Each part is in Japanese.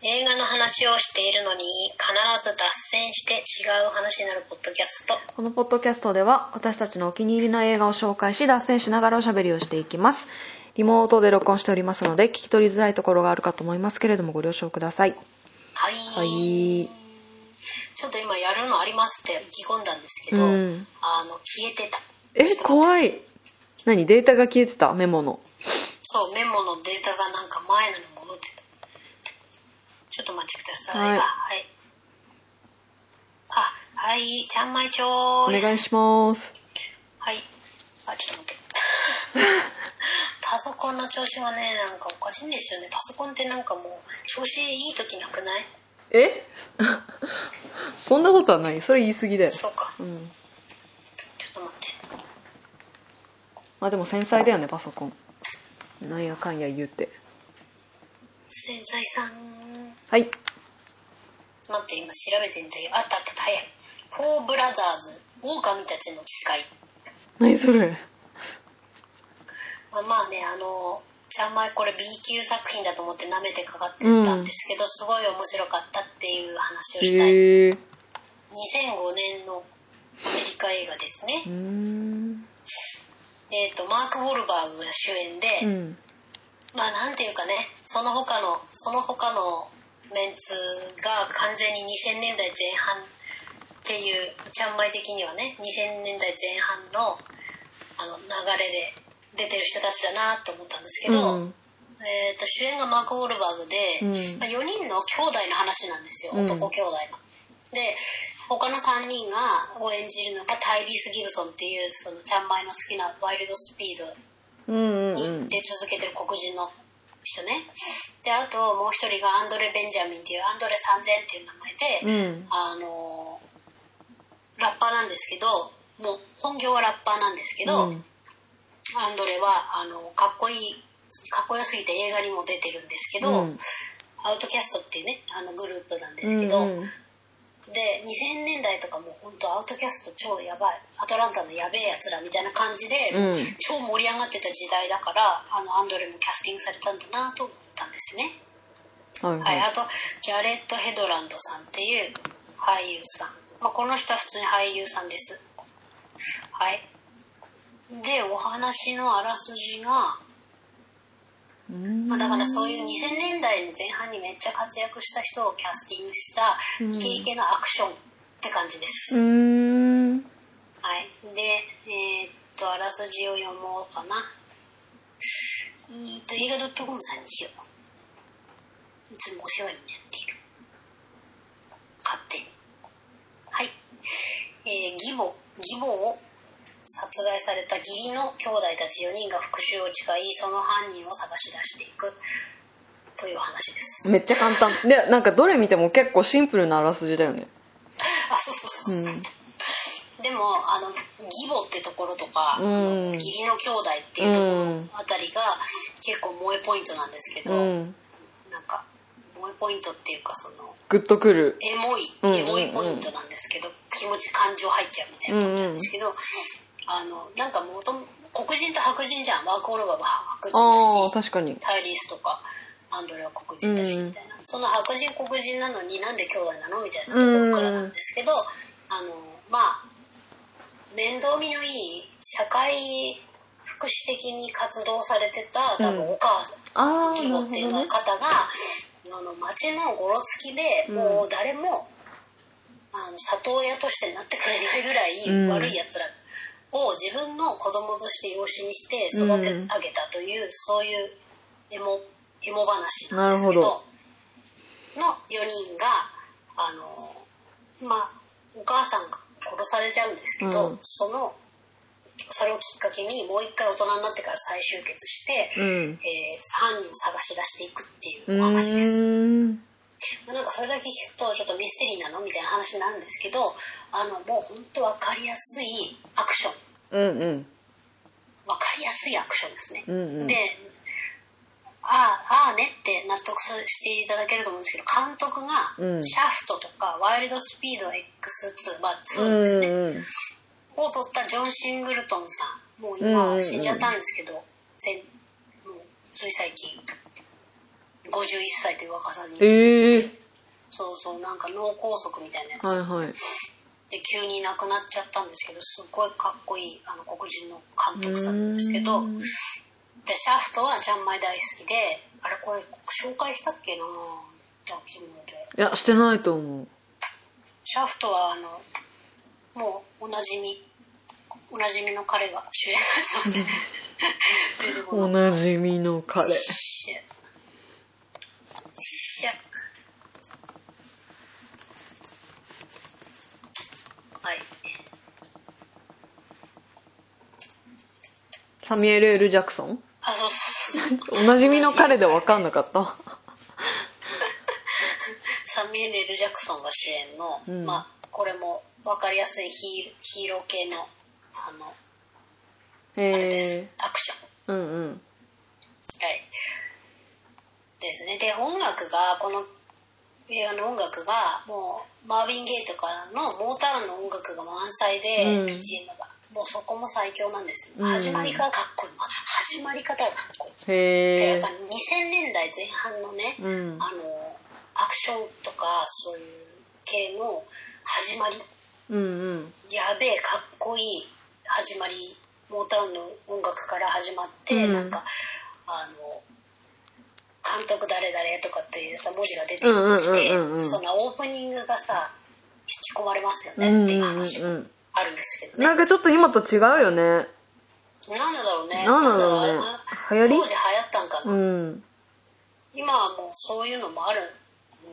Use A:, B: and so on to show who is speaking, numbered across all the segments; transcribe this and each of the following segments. A: 映画の話をしているのに必ず脱線して違う話になるポッドキャスト
B: このポッドキャストでは私たちのお気に入りの映画を紹介し脱線しながらおしゃべりをしていきますリモートで録音しておりますので聞き取りづらいところがあるかと思いますけれどもご了承ください
A: はい、
B: はい
A: ちょっと今やるのありますって意気込んだんですけ
B: う
A: ど、
B: ん
A: あの消えてた
B: え怖い何データが消えてたメモの
A: そうメモのデータがなんか前のに戻ってたちょっとお待ちください
B: はい
A: あはいあはいちゃんまいちょー
B: お願いします
A: はい。あ、ちょっと待って。 パソコンの調子はね、なんかおかしいんですよね。パソコンってなんかもう、調子いい時なくない
B: え そんなことはないそれ言い過ぎだよ、
A: そうか。
B: うん、
A: ちょっと待って。
B: まあでも繊細だよねパソコンなんやかんや言うて
A: 繊細さん。
B: はい
A: 待って、今調べてんだよ。あったあったあった、早い。フォーブラザーズ、狼たちの誓い。
B: 何それ
A: まあ、まあね、あの、ちゃんまいこれ B 級作品だと思って舐めてかかってたんですけど、すごい面白かったっていう話をしたい。
B: へえー
A: 2005年のアメリカ映画ですね。
B: うーん
A: えー、とマーク・ウォルバーグが主演で、
B: うん
A: まあなんていうかねその他のその他のメンツが完全に2000年代前半っていうちゃんまい的にはね2000年代前半のあの流れで出てる人たちだなと思ったんですけど、
B: うん
A: えー、と主演がマーク・ウォルバーグで、
B: うん
A: まあ、4人の兄弟の話なんですよ、
B: うん
A: 男兄弟の。で他の3人がを演じるのがタイリース・ギブソンっていうそのちゃんまいの好きなワイルドスピード
B: うんうんうん
A: に出続けてる黒人の人ねであともう一人がアンドレ・ベンジャミンっていうアンドレ3000っていう名前で、
B: うん
A: あのーラッパーなんですけどもう本業はラッパーなんですけど、
B: うん
A: アンドレはあのかっこいいかっこよすぎて映画にも出てるんですけど、
B: うん
A: アウトキャストっていうねあのグループなんですけど、
B: うんうん
A: で2000年代とかもう本当アウトキャスト超やばいアトランタのやべえやつらみたいな感じで、
B: うん
A: 超盛り上がってた時代だからあのアンドレもキャスティングされたんだなと思ったんですね、
B: はい
A: はい、
B: は
A: あとギャレット・ヘドランドさんっていう俳優さん、まあ、この人は普通に俳優さんですはいでお話のあらすじが
B: いうん
A: まあ、だからそういう2000年代の前半にめっちゃ活躍した人をキャスティングした
B: うん
A: イケイケなアクションって感じで
B: う
A: す、
B: ーん
A: はいでえーっとあらすじを読もうかなえーっと映画 .com さんにしよういつもお世話になっている勝手にはいえー義母義母を殺害された義理の兄弟たち4人が復讐を誓いその犯人を探し出していくという話です
B: めっちゃ簡単でなんかどれ見ても結構シンプルなあらすじだよね
A: あそうそうそうう、うんでもあの義母ってところとか、
B: うん
A: 義理の兄弟っていうところあたりが結構萌えポイントなんですけど、
B: うん
A: なんか萌えポイントっていうかその
B: グッとくる
A: エモい
B: うん
A: エモいポイントなんですけど、気持ち感情入っちゃうみたいな感じなんですけど、あのなんかもとも黒人と白人じゃんワークオルバーは白
B: あ
A: 人
B: あ
A: だし
B: 確かに
A: タイリースとかアンドレは黒人だし
B: うん
A: みたいな、その白人黒人なのになんで兄弟なのみたいなところからなんですけど、あのまあ面倒見のいい社会福祉的に活動されてた多
B: うん
A: 分お母さん、
B: ああ
A: 規
B: な
A: 模っ
B: るほ
A: ていう
B: ど
A: の
B: ね
A: 方が、あの町のごろつきで、
B: うん
A: もう誰もあの里親としてなってくれない
B: うん
A: ぐらい悪いやつらを自分の子供として養子にして育て上げたという、そういうエモエモ話なんですけど
B: なるほ
A: の4人があのまあお母さんが殺されちゃうんですけど、
B: うん
A: そのそれをきっかけにもう一回大人になってから再集結して。
B: うん
A: えー、犯人を探し出していくっていううお話です。
B: ーん
A: なんかそれだけ聞くとちょっとミステリーなのみたいな話なんですけどあのもう本当分かりやすいアクション
B: うんうん
A: 分かりやすいアクションですね。
B: うんうん
A: でああああねって納得すしていただけると思うんですけど監督
B: う
A: が
B: ん
A: シャフトとかワイルドスピード X2、まあ、
B: う
A: 2
B: ん
A: ですね、
B: うんうん
A: を取ったジョン・シングルトンさんもう
B: うんうんう
A: 今
B: ん
A: 死んじゃったんですけど、せんもうつい最近51歳という若さに、
B: ええ
A: そうそうなんか脳梗塞みたいなやつ、
B: はいはい。
A: で急に亡くなっちゃったんですけどすっごいかっこいいあの黒人の監督さんなんですけど
B: うーん
A: でシャフトはジャンマイ大好きであれこれ紹介したっけなドキュメンで
B: いや、してないと思う。
A: シャフトはあのもうおなじみおなじみの彼が主演なんですよね出てこ
B: お
A: ない
B: なじみの彼。
A: シャシャはい
B: サミュエル・ L ・ジャクソン
A: あそうそうそうそう
B: おなじみの彼で分かんなかった。
A: サミュエル・ L ジャクソンが主演の、
B: うん
A: まあこれも分かりやすいヒーヒーロー系のあのあれ
B: へ
A: です、
B: え
A: アクション
B: ー。うんうん。
A: はい。ですね。で、音楽が、この映画の音楽が、もう、マーヴィン・ゲイとかのモータウンの音楽が満載で、
B: うん
A: BGM が。もうそこも最強なんですよ。
B: うん
A: 始まりからかっこいい。まあ始まり方がかっこいい。で、や
B: へ
A: っ
B: え
A: ぱ。2000年代前半のね、
B: うん。
A: あの、アクションとか、そういう系の始まり、
B: うんうん。
A: やべえ、かっこいい始まり、モータウンの音楽から始まって、
B: うん
A: なんか、あの、監督誰誰とかっていうさ、文字が出てきて、
B: うんうんうんうんうん
A: そのオープニングがさ、引き込まれますよ
B: う
A: ね
B: ん
A: っていう
B: うん
A: 話
B: う
A: が
B: ん。
A: あるんですけどね。
B: なんかちょっと今と違うよね。
A: なんだろうね。
B: なんだろうね
A: なんだろ
B: 流行
A: 当時
B: り
A: 流行ったんか
B: う
A: な。
B: ん。
A: 今はもうそういうのもある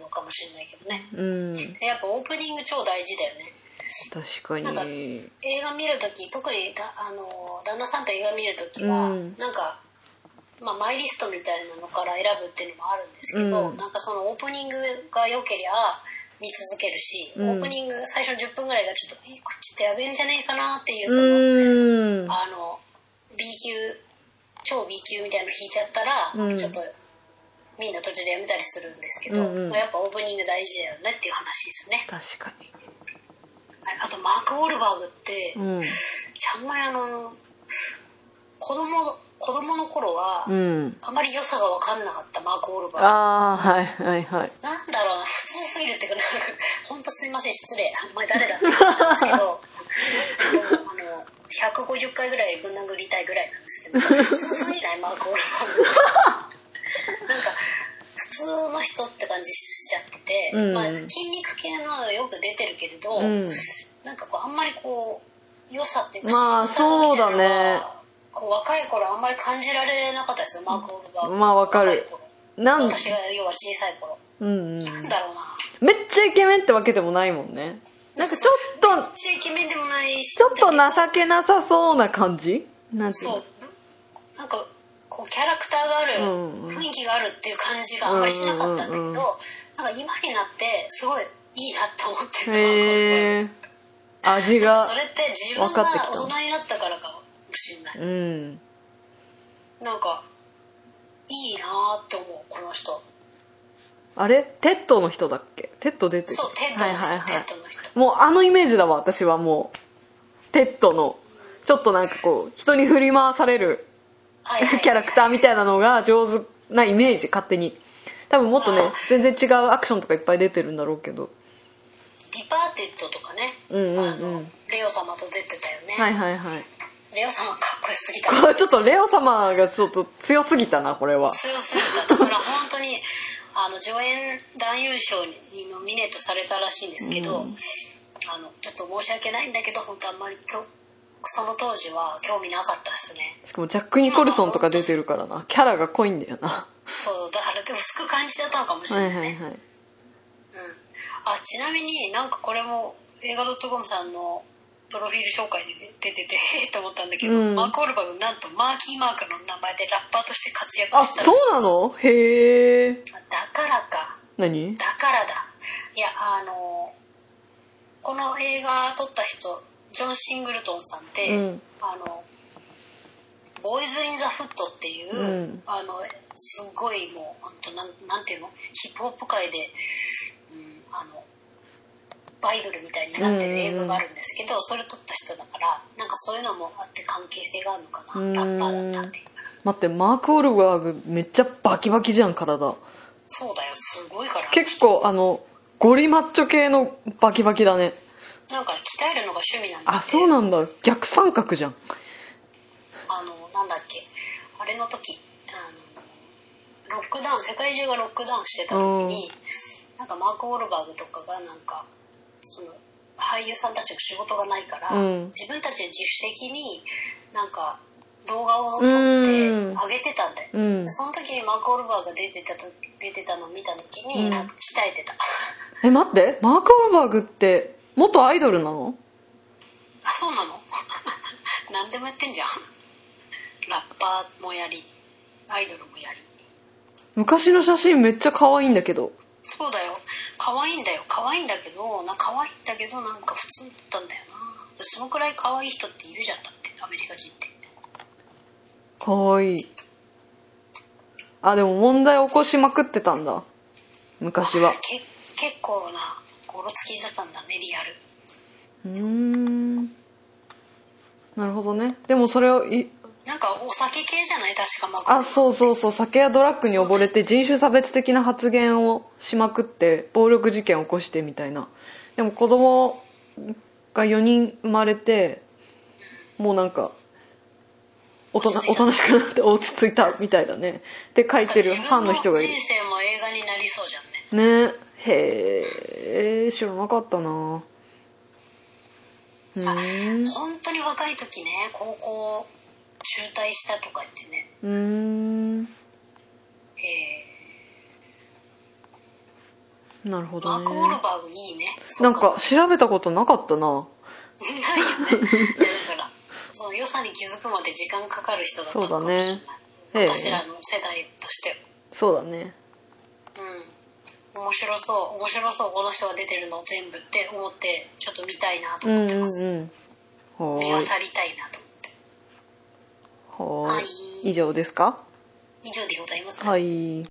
A: のかもしれないけどね。
B: うん。
A: でやっぱオープニング超大事だよね。
B: 確かに。
A: 映画見るとき特にだあの旦那さんと映画見るときは、
B: うん
A: なんか、まあ、マイリストみたいなのから選ぶっていうのもあるんですけど、
B: うん
A: なんかそのオープニングが良けりゃ見続けるし、
B: うん
A: オープニング最初の10分ぐらいがちょっとえこっちってやべえんじゃねえかなっていうその、
B: うーん。
A: あの B 級超 B 級みたいなの弾いちゃったら、
B: うん
A: ちょっとみんな途中でやめたりするんですけど、
B: うんうん
A: まあ、やっぱオープニング大事だよねっていう話ですね。
B: 確かに。
A: はいあとマーク・ウォルバーグって、
B: うん。
A: ちゃんまりあの子供の子供の頃は、
B: うん。
A: あまり良さが分かんなかったマーク・ウォルバー
B: ああ、はいはいはい。
A: グなんだろうな普通すぎるっていうか本当すいません失礼お前誰だって言ったんですけどでもあの150回ぐらいぶん殴りたいぐらいなんですけど普通すぎないマーク・ウォルバーグなんか普通の人って感じしちゃってて、
B: うん
A: まあ、筋肉系のはよく出てるけれど、
B: うん。
A: なんかこうあんまりこう良さっていうか
B: まあ
A: 仕草みたいなのが
B: そうだね
A: こう若い頃あんまり感じられなかったですよマーク・オルバーグ
B: まあわかる
A: 若い頃
B: なん、
A: 私が要は小さい頃
B: うんう
A: な
B: ん。
A: んだろうな
B: めっちゃイケメンってわけでもないもんね。なんかちょっ
A: ち
B: と、
A: っちゃいイケメンでもないし
B: ちょっと情けなさそうな感じなんていうの
A: そうなんかこうキャラクターがある、
B: うんうん
A: 雰囲気があるっていう感じがあんまりしなかったんだけど、
B: うんうんうん
A: なんか今になってすごいいいなって思ってる
B: へえ。
A: マークオルバーグなん
B: 味
A: か
B: が
A: そ。れって自分
B: 分かってき
A: が
B: た
A: 大人になったからかもしれない
B: うん。
A: なんかいいなーって思うこの人
B: あれテッドの人だっけテッド出てる。
A: そうテッドの人、
B: はいはいはい
A: テッドの人
B: もうあのイメージだわ、私はもう。テッドの、ちょっとなんかこう、人に振り回される
A: はいはい
B: キャラクターみたいなのが上手なイメージ、勝手に。多分もっとね
A: あ、
B: 全然違うアクションとかいっぱい出てるんだろうけど。
A: ディパーテッドとかね、
B: うんうんうん
A: あのレオ様と出てたよね、
B: はいはいはい。
A: レオ様かっこよすぎた
B: これちょっとレオ様がちょっと強すぎたな、これは。
A: 強すぎただから本当にあの助演男優賞にノミネートされたらしいんですけど、
B: うん
A: あのちょっと申し訳ないんだけど本当あんまりきょその当時は興味なかったですね
B: しかもジャック・ニコルソンとか出てるからな。キャラが濃いんだよな。
A: そうだからでも薄く感じだったのかもしれ
B: は
A: ないいね、
B: はいはい。
A: うんあちなみになんかこれも映画 .com さんのプロフィール紹介で出てて えっと思ったんだけど、
B: うん
A: マーク・オルバーグなんとマーキー・マークの名前でラッパーとして活躍
B: あ、
A: した
B: そうなのへえ。
A: なだからか
B: 何
A: だからだいやあのこの映画撮った人ジョン・シングルトンさんって、
B: うん
A: あのボーイズ・イン・ザ・フットっていう、
B: うん
A: あのすごいもう本当なんなんていうのヒップホップ界で、うん、あのバイブルみたいになってる映画があるんですけど、それ撮った人だからなんかそういうのもあって関係性があるのかな、
B: うん
A: ラッパーだったっていう
B: 待って、マーク・オルバーグめっちゃバキバキじゃん、体。
A: そうだよ、すごいから。
B: 結構あのゴリマッチョ系のバキバキだね
A: なんか鍛えるのが趣味なんだって。
B: あそうなんだ逆三角じゃん
A: あの、なんだっけ、あれの時、あの、ロックダウン、世界中がロックダウンしてた時に、なんかマーク・ウォルバーグとかが、なんか、その、俳優さんたちが仕事がないから、
B: うん
A: 自分たちで自主的になんか動画を撮っ
B: う
A: て
B: ん
A: 上げてたんだよ。
B: うん
A: その時にマーク・ウォルバーが出てたと出てたのを見た時に、
B: うん
A: なんか鍛えてたあ
B: え待ってマーク・オルバーグって元アイドルなの
A: そうなの 何でもやってんじゃんラッパーもやりアイドルもやり
B: 昔の写真めっちゃ可愛いんだけど
A: そうだよ可愛いんだよ可愛いんだけどな可愛いんだけどなんか普通だったんだよなそのくらい可愛い人っているじゃんだってアメリカ人って
B: 可愛いあでも問題起こしまくってたんだ昔は
A: け結構なゴロつきだったんだねリアル
B: うーんなるほどねでもそれをい
A: なんかお酒系じゃない確かマ
B: あ
A: う
B: そうそうそう酒やドラッグに溺れて人種差別的な発言をしまくって暴力事件を起こしてみたいなでも子供が4人生まれてもうなんかおとな
A: 落ち着い
B: お
A: た
B: となしくなって落ち着いたみたいだねって書いてるファンの人がい
A: 人生も映画になりそうじゃんね
B: るねへえ知らなかったなふーんう
A: 本当に若い時ね高校中退したとか言ってね
B: ーん
A: え
B: なるほ
A: ーマ
B: ど
A: ーク・ウォル
B: ね
A: バーグいいね
B: なんか調べたことなかったな
A: ないよね。いやだから、その良さに気づくまで時間かかる人だったのかもしれない。
B: そうだね
A: 私らの世代として。
B: そうだね
A: うん。面白そう、面白そう、この人が出てるの全部って思って、ちょっと見たいなと
B: うん
A: 思
B: う
A: っ
B: ん
A: てます。
B: うんは
A: 見
B: ー
A: 漁
B: い
A: りたいなと思って。
B: は
A: は
B: ー
A: い
B: い以上ですか
A: 以上でございます。
B: はい